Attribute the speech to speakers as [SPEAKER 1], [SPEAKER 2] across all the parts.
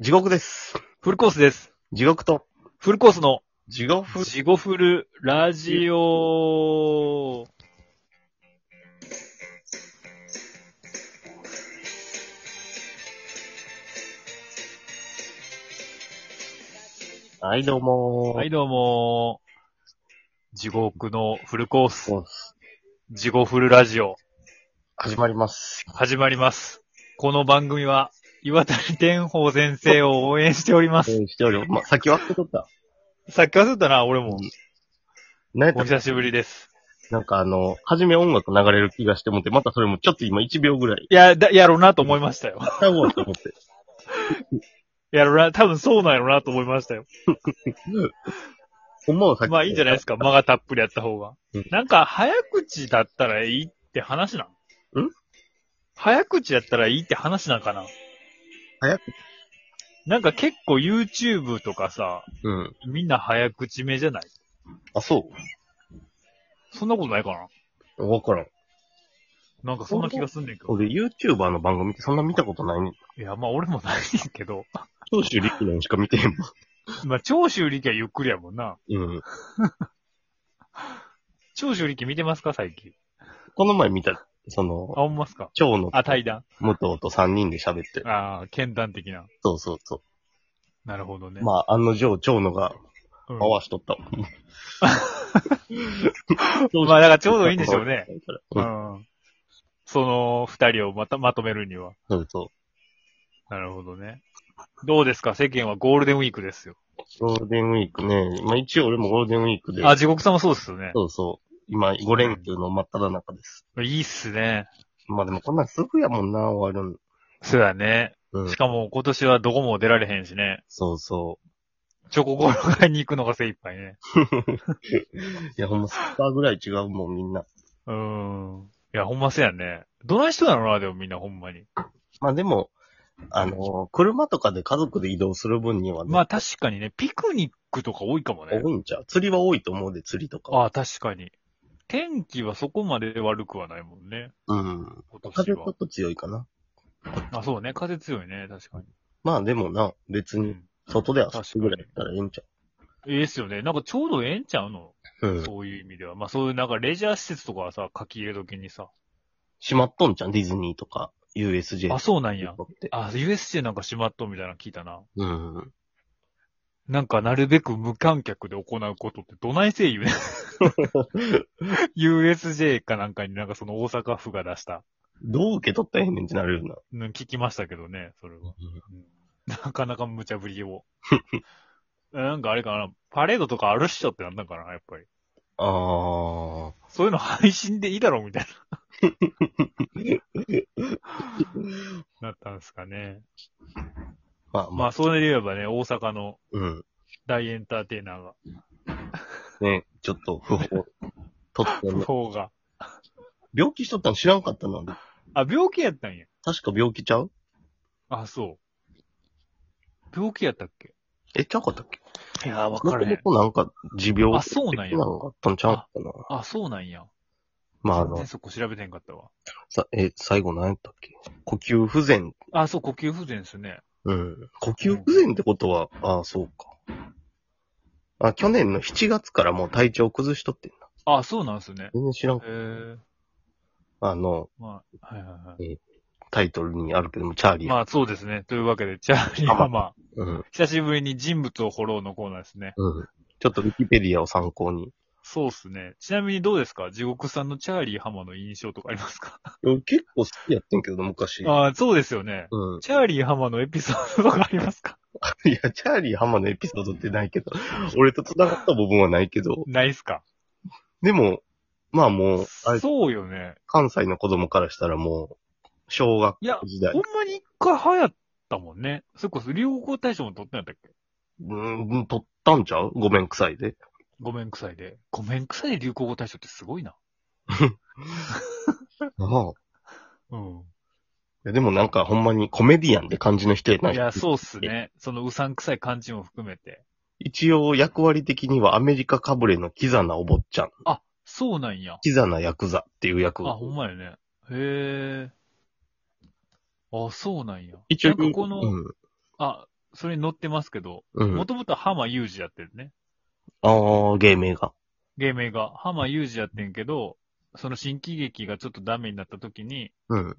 [SPEAKER 1] 地獄です。
[SPEAKER 2] フルコースです。
[SPEAKER 1] 地獄と、
[SPEAKER 2] フルコースの、
[SPEAKER 1] 地獄。
[SPEAKER 2] ジゴフルラジオ。
[SPEAKER 1] はい、どうもー
[SPEAKER 2] はい、どうも。地獄のフルコース、
[SPEAKER 1] そうです
[SPEAKER 2] ジゴフルラジオ、
[SPEAKER 1] 始まります。
[SPEAKER 2] 始まります。この番組は、岩谷天宝先生を応援しております。
[SPEAKER 1] えー、しており、ま、先割ってとった。
[SPEAKER 2] さっき忘れたな、俺も。
[SPEAKER 1] なんやっ
[SPEAKER 2] お
[SPEAKER 1] た
[SPEAKER 2] 久しぶりです。
[SPEAKER 1] なんかあの、はじめ音楽流れる気がしてもって、またそれもちょっと今1秒ぐらい。
[SPEAKER 2] いや、だやろうなと思いましたよ。
[SPEAKER 1] 歌おうと思って。
[SPEAKER 2] やろうな、多分そうなんやろうなと思いましたよ。
[SPEAKER 1] ほんまはさっき。
[SPEAKER 2] まあいいんじゃないですか、間がたっぷりやった方が
[SPEAKER 1] うん。
[SPEAKER 2] なんか、早口だったらいいって話なん
[SPEAKER 1] ん
[SPEAKER 2] 早口だったらいいって話なんかな
[SPEAKER 1] 早
[SPEAKER 2] 口なんか結構 YouTube とかさ、
[SPEAKER 1] うん。
[SPEAKER 2] みんな早口目じゃない
[SPEAKER 1] あ、そ
[SPEAKER 2] そんなことないかな
[SPEAKER 1] うわからん。
[SPEAKER 2] なんかそんな気がすんねんけど。
[SPEAKER 1] 俺 YouTuber の番組ってそんな見たことないね。
[SPEAKER 2] いや、まあ俺もないねんけど。
[SPEAKER 1] 長州力のしか見てへんもん。
[SPEAKER 2] まあ長州力はゆっくりやもんな。
[SPEAKER 1] うん。
[SPEAKER 2] 長州力見てますか最近。
[SPEAKER 1] この前見た、そ
[SPEAKER 2] あ、
[SPEAKER 1] の、
[SPEAKER 2] ほんますか
[SPEAKER 1] 蝶の
[SPEAKER 2] あ、対談。
[SPEAKER 1] 武藤と3人で喋ってる。
[SPEAKER 2] ああ、剣談的な。
[SPEAKER 1] そうそうそ
[SPEAKER 2] なるほどね。
[SPEAKER 1] う。まあ、案の定、蝶野が
[SPEAKER 2] うん
[SPEAKER 1] 回しとったもん。
[SPEAKER 2] まあだからちょうどいいんでしょうね。
[SPEAKER 1] う。
[SPEAKER 2] うんん。その二人をまたまとめるには。
[SPEAKER 1] そうそう。
[SPEAKER 2] なるほどね。どうですか世間はゴールデンウィークですよ。
[SPEAKER 1] ゴールデンウィークね。まあ一応俺もゴールデンウィークで。
[SPEAKER 2] あ、地獄さんもそうですよね。
[SPEAKER 1] そうそう。今、5連休の真っ只中です。
[SPEAKER 2] いいっすね。
[SPEAKER 1] まあでもこんなんすぐやもんな、終わるん。
[SPEAKER 2] そうやね。
[SPEAKER 1] うん
[SPEAKER 2] し。かも今年はどこも出られへんしね。
[SPEAKER 1] そうそ
[SPEAKER 2] チョコゴロ買いに行くのが精一杯ね。
[SPEAKER 1] う。いや、ほんま、スーパーぐらい違うもん、みんな。
[SPEAKER 2] うーん。いや、ほんまそうやね。どない人なのな、でもみんなほんまに。
[SPEAKER 1] まあでも、あの、車とかで家族で移動する分にはね、
[SPEAKER 2] まあ確かにね、ピクニックとか多いかもね
[SPEAKER 1] 多。いんちゃう釣りは多いと思うで、釣りとか。
[SPEAKER 2] ああ、確かに。天気はそこまで悪くはないもんね。
[SPEAKER 1] うん。
[SPEAKER 2] 今年
[SPEAKER 1] 風ち
[SPEAKER 2] は
[SPEAKER 1] ょっ。と強いかな。
[SPEAKER 2] あ、そうね。風強いね。確かに。
[SPEAKER 1] まあでもな、別
[SPEAKER 2] う
[SPEAKER 1] に、
[SPEAKER 2] ん。
[SPEAKER 1] 外で遊ぶぐらいだったらええんちゃ
[SPEAKER 2] いいですよね。なんかちょうどええんちゃうの、
[SPEAKER 1] う。うん。
[SPEAKER 2] そういう意味では。まあそういうなんかレジャー施設とかはさ、書き入れ時にさ。
[SPEAKER 1] しまっとんじゃん、ディズニーとか、USJ
[SPEAKER 2] あ、そうなんや。
[SPEAKER 1] って。
[SPEAKER 2] あ、USJ なんか閉まっとんみたいなの聞いたな。
[SPEAKER 1] うん。
[SPEAKER 2] なんかなるべく無観客で行うことってどないせい言うね。USJ かなんかになんかその大阪府が出した。
[SPEAKER 1] どう受け取ったらええねんってなるよ
[SPEAKER 2] うん聞きましたけどね、それは。
[SPEAKER 1] うな。
[SPEAKER 2] うんなかなか無茶ぶりを。 なんかあれかな、パレードとかあるっしょってなんだかな、やっぱり。
[SPEAKER 1] あ
[SPEAKER 2] そういうの配信でいいだろうみたい な。なったんですかね。
[SPEAKER 1] あ。まあま
[SPEAKER 2] ま
[SPEAKER 1] あ、
[SPEAKER 2] あ、それで言えばね、大阪の
[SPEAKER 1] うん。
[SPEAKER 2] 大エンターテイナーが、
[SPEAKER 1] ね、ちょっと不法。とって
[SPEAKER 2] 不
[SPEAKER 1] ね
[SPEAKER 2] 法が。
[SPEAKER 1] 病気しとったの知らんかったな。
[SPEAKER 2] あ、病気やったんや。
[SPEAKER 1] 確か病気ちゃう
[SPEAKER 2] あ、そう。病気やったっけ
[SPEAKER 1] え、ちゃうかったっけ
[SPEAKER 2] いや、わ
[SPEAKER 1] もとも。となんか、持病
[SPEAKER 2] あそうなんや
[SPEAKER 1] 的のがあったんちゃうかな。
[SPEAKER 2] あ、そうなんや。
[SPEAKER 1] まあ、あ
[SPEAKER 2] 全
[SPEAKER 1] の
[SPEAKER 2] 然、そこ調べてんかったわ。
[SPEAKER 1] さ、え、最後何やったっけ呼吸不全。
[SPEAKER 2] あ、そう、呼吸不全ですね。
[SPEAKER 1] うん。呼吸不全ってことは、ああ、そうか。あ、去年の7月からもう体調崩しとってんな。
[SPEAKER 2] あ、そうなんすね。
[SPEAKER 1] 全然知らん
[SPEAKER 2] へ。え。
[SPEAKER 1] あの、
[SPEAKER 2] まあ、はいはいは
[SPEAKER 1] タイトルにあるけども、チャーリ
[SPEAKER 2] い。
[SPEAKER 1] ー。
[SPEAKER 2] まあ、そうですね。というわけで、チャーリーはまあ、
[SPEAKER 1] うん。
[SPEAKER 2] 久しぶりに人物を掘ろうのコーナーですね。
[SPEAKER 1] うん。ちょっとウィキペディアを参考に。
[SPEAKER 2] そうっすね。ちなみにどうですか地獄さんのチャーリー浜の印象とかありますか
[SPEAKER 1] 俺結構好きやってんけどな、昔。
[SPEAKER 2] ああ、そうですよね。
[SPEAKER 1] うん。
[SPEAKER 2] チャーリー浜のエピソードとかありますか
[SPEAKER 1] いや、チャーリー浜のエピソードってないけど、 俺と繋がった部分はないけど、
[SPEAKER 2] ないっすか
[SPEAKER 1] でも、まあもう、あれ
[SPEAKER 2] そうよね。
[SPEAKER 1] 関西の子供からしたらもう、小学
[SPEAKER 2] いや
[SPEAKER 1] 校時代
[SPEAKER 2] ほん。まに一回流行ったもんね。それこそ流行語大賞も取ってなかったっけ
[SPEAKER 1] うん、取ったんちゃうごめんくさいで。
[SPEAKER 2] ごめんくさいで。ごめんくさいで流行語大賞ってすごいな。
[SPEAKER 1] まあ、
[SPEAKER 2] うん。
[SPEAKER 1] いやでもなんかほんまにコメディアンって感じの人やない
[SPEAKER 2] いや、そうっすね。そのうさんくさい感じも含めて。
[SPEAKER 1] 一応役割的にはアメリカかぶれのキザなお坊ちゃん、
[SPEAKER 2] あ、そうなんや。
[SPEAKER 1] キザなヤクザっていう役。
[SPEAKER 2] あ、ほんまやね。へえ。あ、そうなんや。
[SPEAKER 1] 一応
[SPEAKER 2] なんかこの、
[SPEAKER 1] うん、
[SPEAKER 2] あ、それに乗ってますけど、
[SPEAKER 1] うん。
[SPEAKER 2] も
[SPEAKER 1] あ
[SPEAKER 2] ともと浜裕二やってるね。
[SPEAKER 1] あ、芸名が。
[SPEAKER 2] 芸名が。浜裕二やってんけど、その新喜劇がちょっとダメになった時に、
[SPEAKER 1] うん。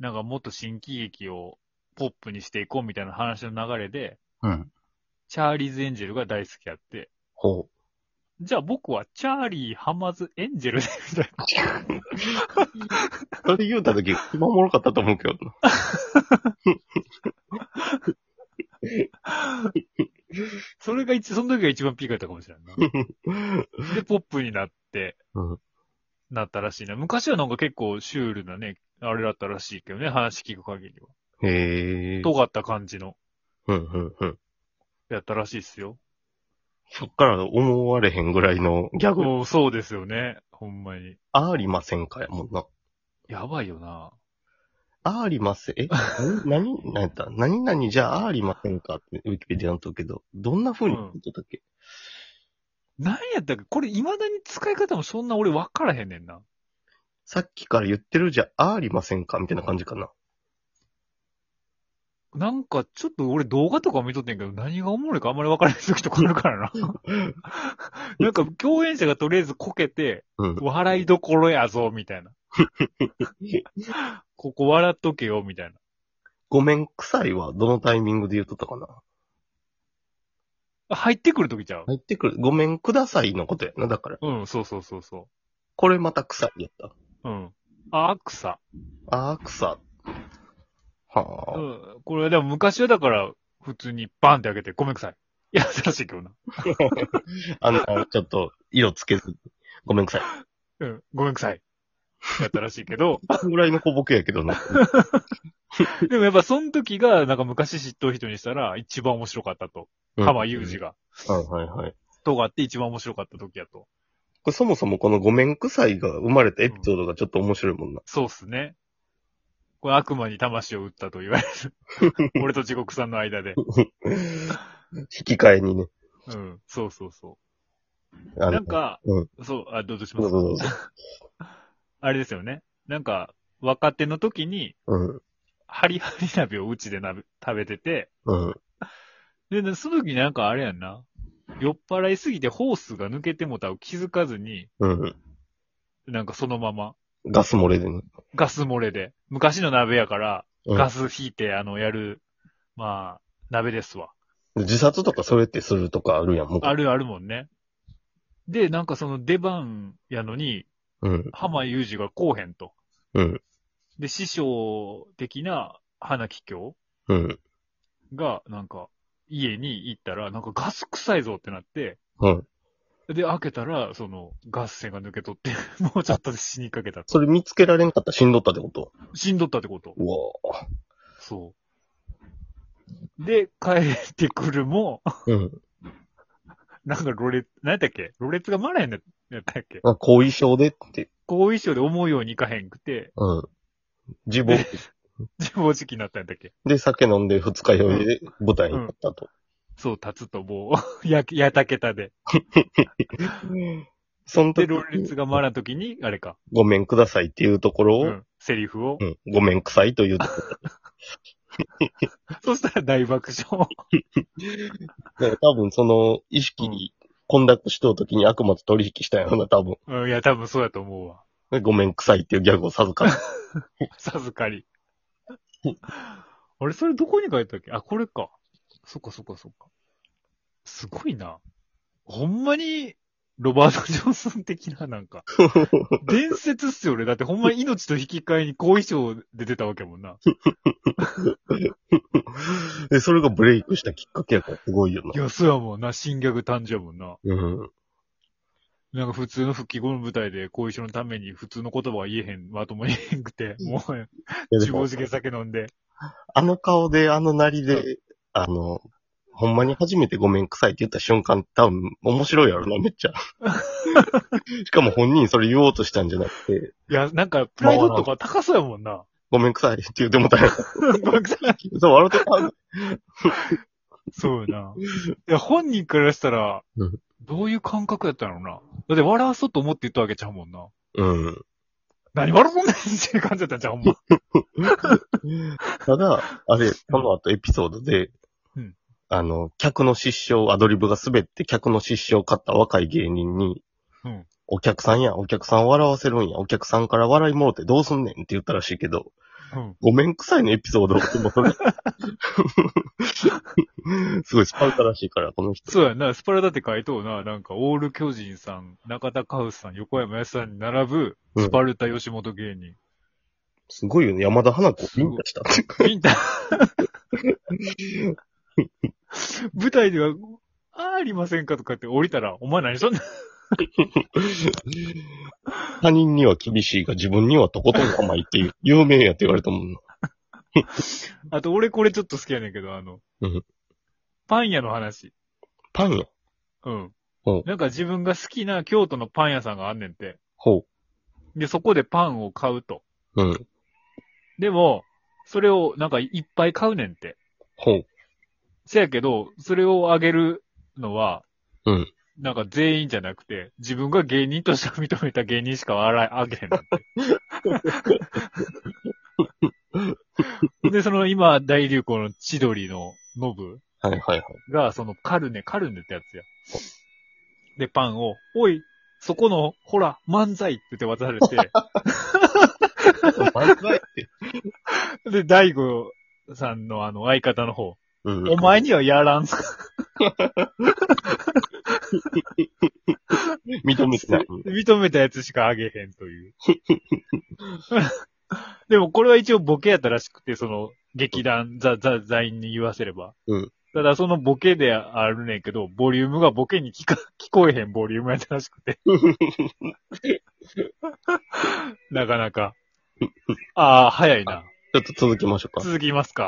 [SPEAKER 2] なんかもっと新喜劇をポップにしていこうみたいな話の流れで、
[SPEAKER 1] うん。
[SPEAKER 2] チャーリーズ・エンジェルが大好きやって、
[SPEAKER 1] ほ
[SPEAKER 2] じゃあ僕はチャーリー・ハマズ・エンジェルで、みたいな。
[SPEAKER 1] う。 それ言うたとき、今おもろかったと思うけどな。
[SPEAKER 2] それが一、その時が一番ピークやったかもしれ んな。で、ポップになって、
[SPEAKER 1] うん
[SPEAKER 2] なったらしいな。昔はなんか結構シュールなね、あれだったらしいけどね、話聞く限りは。
[SPEAKER 1] へえ。
[SPEAKER 2] 尖った感じの、
[SPEAKER 1] うん、うん、うん。
[SPEAKER 2] やったらしいっすよ。
[SPEAKER 1] そっから思われへんぐらいのギャグ、
[SPEAKER 2] おそうですよね、ほんまに。
[SPEAKER 1] ありませんかやもんな。
[SPEAKER 2] やばいよな。
[SPEAKER 1] ありません、え何何何やった何々じゃあありませんかってウィキペディアのとくけど、どんな風に言ってたっけ、
[SPEAKER 2] 何やったっけこれ未だに使い方もそんな俺分からへんねんな。
[SPEAKER 1] さっきから言ってるじゃあありませんかみたいな感じかな。
[SPEAKER 2] なんかちょっと俺動画とか見とってんけど何がおもろいかあんまり分からない時とかあ るからな。なんか共演者がとりあえずこけて、
[SPEAKER 1] うん。
[SPEAKER 2] 笑いどころやぞ、み たいな。ここ笑っとけよ、みたいな。
[SPEAKER 1] ごめん、臭いはどのタイミングで言っとったかな
[SPEAKER 2] あ入ってくる時ちゃう、
[SPEAKER 1] 入ってくる。ごめんくださいのことやな。だから、
[SPEAKER 2] うん、そうそうそうそ
[SPEAKER 1] これまた臭いやった。
[SPEAKER 2] う。うん。あ、草。
[SPEAKER 1] ああ、臭。はあ、
[SPEAKER 2] うん。これでも昔はだから、普通にバンって開けて、ごめんくさい。優しいけどな。
[SPEAKER 1] あの、ちょっと、色つけずに。ごめんくさい。
[SPEAKER 2] うん、ごめんくさい。 やったらしいけど、
[SPEAKER 1] ぐらいの小ボケやけどな。
[SPEAKER 2] でもやっぱその時が、なんか昔知っとる人にしたら、一番面白かったと。浜
[SPEAKER 1] 裕
[SPEAKER 2] 裕
[SPEAKER 1] 二
[SPEAKER 2] 二が。
[SPEAKER 1] はいはいはい。
[SPEAKER 2] とがって一番面白かった時やと。
[SPEAKER 1] これそもそもこのごめんくさいが生まれたエピソードがちょっと面白いもんな。
[SPEAKER 2] そうっすね。これ悪魔に魂を打ったと言われる。 俺と地獄さんの間で。
[SPEAKER 1] 引き換えにね。
[SPEAKER 2] うん。そうそうそ
[SPEAKER 1] あ
[SPEAKER 2] う。
[SPEAKER 1] の
[SPEAKER 2] なん、か、
[SPEAKER 1] うん
[SPEAKER 2] そう、あ、どうぞし
[SPEAKER 1] ど
[SPEAKER 2] ま
[SPEAKER 1] う
[SPEAKER 2] す
[SPEAKER 1] ぞどうぞ。
[SPEAKER 2] あれですよね。なんか、若手の時に、
[SPEAKER 1] うん。
[SPEAKER 2] ハリハリ鍋をうちで鍋食べてて、
[SPEAKER 1] うん。
[SPEAKER 2] で、でその時になんかあれやんな。酔っ払いすぎてホースが抜けてもたを気づかずに、
[SPEAKER 1] うん。
[SPEAKER 2] なんかそのまま、
[SPEAKER 1] ガス漏れでね。
[SPEAKER 2] ガス漏れで。昔の鍋やから、
[SPEAKER 1] うん
[SPEAKER 2] ガス引いて、あの、やる、まあ、鍋ですわ。
[SPEAKER 1] 自殺とかそれってするとかあるやん、もう。
[SPEAKER 2] あるあるもんね。で、なんかその出番やのに、
[SPEAKER 1] うん。
[SPEAKER 2] 浜裕二がこうへんと。
[SPEAKER 1] うん。
[SPEAKER 2] で、師匠的な花木京
[SPEAKER 1] うん。
[SPEAKER 2] が、なんか、家に行ったら、なんかガス臭いぞってなって、
[SPEAKER 1] うん。
[SPEAKER 2] で、開けたら、その、ガス栓が抜け取って、 もうちょっとで死にかけた。
[SPEAKER 1] それ見つけられんかったら死んどったってこと
[SPEAKER 2] 死んどったってこと。
[SPEAKER 1] うわ
[SPEAKER 2] そう。で、帰ってくるも、
[SPEAKER 1] ぁ。うん。
[SPEAKER 2] なんかろれ、何やったっけろれつがまらへんのやったっけ
[SPEAKER 1] あ後遺症でって。
[SPEAKER 2] 後遺症で思うようにいかへんくて、
[SPEAKER 1] うん。自暴。
[SPEAKER 2] 自暴自棄になったんだっけ
[SPEAKER 1] で、酒飲んで二日酔いで舞台に行ったと。
[SPEAKER 2] そう、立つともう、 や、やたけたで。
[SPEAKER 1] その
[SPEAKER 2] で、
[SPEAKER 1] 時
[SPEAKER 2] ロレツが回らんときに、あれか、
[SPEAKER 1] ごめんくださいっていうところを、
[SPEAKER 2] う
[SPEAKER 1] うん
[SPEAKER 2] ん、セリフを。
[SPEAKER 1] ごめんくさいという。
[SPEAKER 2] そしたら大爆笑。
[SPEAKER 1] だから多分その意識に混濁しとる時に悪魔と取引したんやろな、多分。
[SPEAKER 2] うん、いや、多分そうやと思うわ。
[SPEAKER 1] でごめんくさいっていうギャグを授 かっ
[SPEAKER 2] 授かり。 あれ、それどこに書いてたっけあ、これか。そっかそっかそっか。すごいな。ほんまに、ロバート・ジョンソン的な、な んか。伝説っすよね。だってほんまに命と引き換えに後遺症で出たわけやもんな。
[SPEAKER 1] た。で、それがブレイクしたきっかけやからすごいよ
[SPEAKER 2] いや、そうやもんな。新ギャグ誕生やもんな。
[SPEAKER 1] な。うん。
[SPEAKER 2] なんか普通の復帰後の舞台で後遺症のために普通の言葉は言えへん、まともに言えへんくて、もう、
[SPEAKER 1] いやで
[SPEAKER 2] 自
[SPEAKER 1] も
[SPEAKER 2] 暴自棄で酒飲んで。
[SPEAKER 1] あの顔で、あのなりで、あの、ほんまに初めてごめんくさいって言った瞬間、多分面白いやろな、めっち ゃ。しかも本人それ言おうとしたんじゃなくて、
[SPEAKER 2] いや、なんかプライドとか高そうやもん な。
[SPEAKER 1] ごめんくさいって言ってもたんや。
[SPEAKER 2] ごめんなさい
[SPEAKER 1] そう、笑ってた。
[SPEAKER 2] そうやな。いや、本人からしたら
[SPEAKER 1] うん、
[SPEAKER 2] どういう感覚やったのな。だって笑わそうと思って言ったわけちゃうもんな。
[SPEAKER 1] うん。
[SPEAKER 2] 何笑うもんないっていう感じだったんちゃうほんま。
[SPEAKER 1] ただ、あれ、その後エピソードで、
[SPEAKER 2] うん
[SPEAKER 1] あの、客の失笑、アドリブが滑って客の失笑を買った若い芸人に、
[SPEAKER 2] うん
[SPEAKER 1] お客さんや、お客さんを笑わせるんや、お客さんから笑いもろてどうすんねんって言ったらしいけど、
[SPEAKER 2] うん。
[SPEAKER 1] ごめんくさいのエピ ソードを、でもそれすごいスパルタらしいから、この人。
[SPEAKER 2] そうやな、スパルタって書いとうな、なんか、オール巨人さん、中田カウスさん、横山やすさんに並ぶ、
[SPEAKER 1] うん
[SPEAKER 2] スパルタ吉本芸人。
[SPEAKER 1] すごいよね。山田花子をビンタ したっていうか。
[SPEAKER 2] みんな、舞台では、あーありませんかとかって降りたら、お前何しとんねん。
[SPEAKER 1] 他人には厳しいが、自分にはとことん甘いっていう、有名やって言われたもんな。
[SPEAKER 2] あと、俺これちょっと好きやねんけど、あの、
[SPEAKER 1] うん
[SPEAKER 2] パン屋の話。
[SPEAKER 1] パンや。
[SPEAKER 2] うん
[SPEAKER 1] ほう。
[SPEAKER 2] なんか自分が好きな京都のパン屋さんがあんねんて。
[SPEAKER 1] ほ
[SPEAKER 2] で、そこでパンを買うと。
[SPEAKER 1] う。うん。
[SPEAKER 2] でも、それをなんかいっぱい買うねんて。
[SPEAKER 1] ほう。
[SPEAKER 2] せやけど、それをあげるのは、
[SPEAKER 1] うん
[SPEAKER 2] なんか全員じゃなくて、自分が芸人として認めた芸人しか笑いあげへんなん て。で、その今大流行の千鳥のノブ
[SPEAKER 1] はいはい はい。
[SPEAKER 2] が、そのカルネ、カルネってやつや。で、パンを、おい、そこの、ほら、漫才って言って渡されて、
[SPEAKER 1] 漫才って。
[SPEAKER 2] で、大悟さんのあの相方の方、
[SPEAKER 1] うん
[SPEAKER 2] お前にはやらん。
[SPEAKER 1] 認めてない。
[SPEAKER 2] 認めたやつしかあげへんと いう。でもこれは一応ボケやったらしくて、その劇団、ザ・ザ・ザインに言わせれば。
[SPEAKER 1] うん
[SPEAKER 2] ただそのボケであるねんけど、ボリュームがボケに聞か、 聞こえへんボリュームやったらしくて。 なかなか。ああ、早いな。
[SPEAKER 1] ちょっと続きましょうか。
[SPEAKER 2] 続きますか。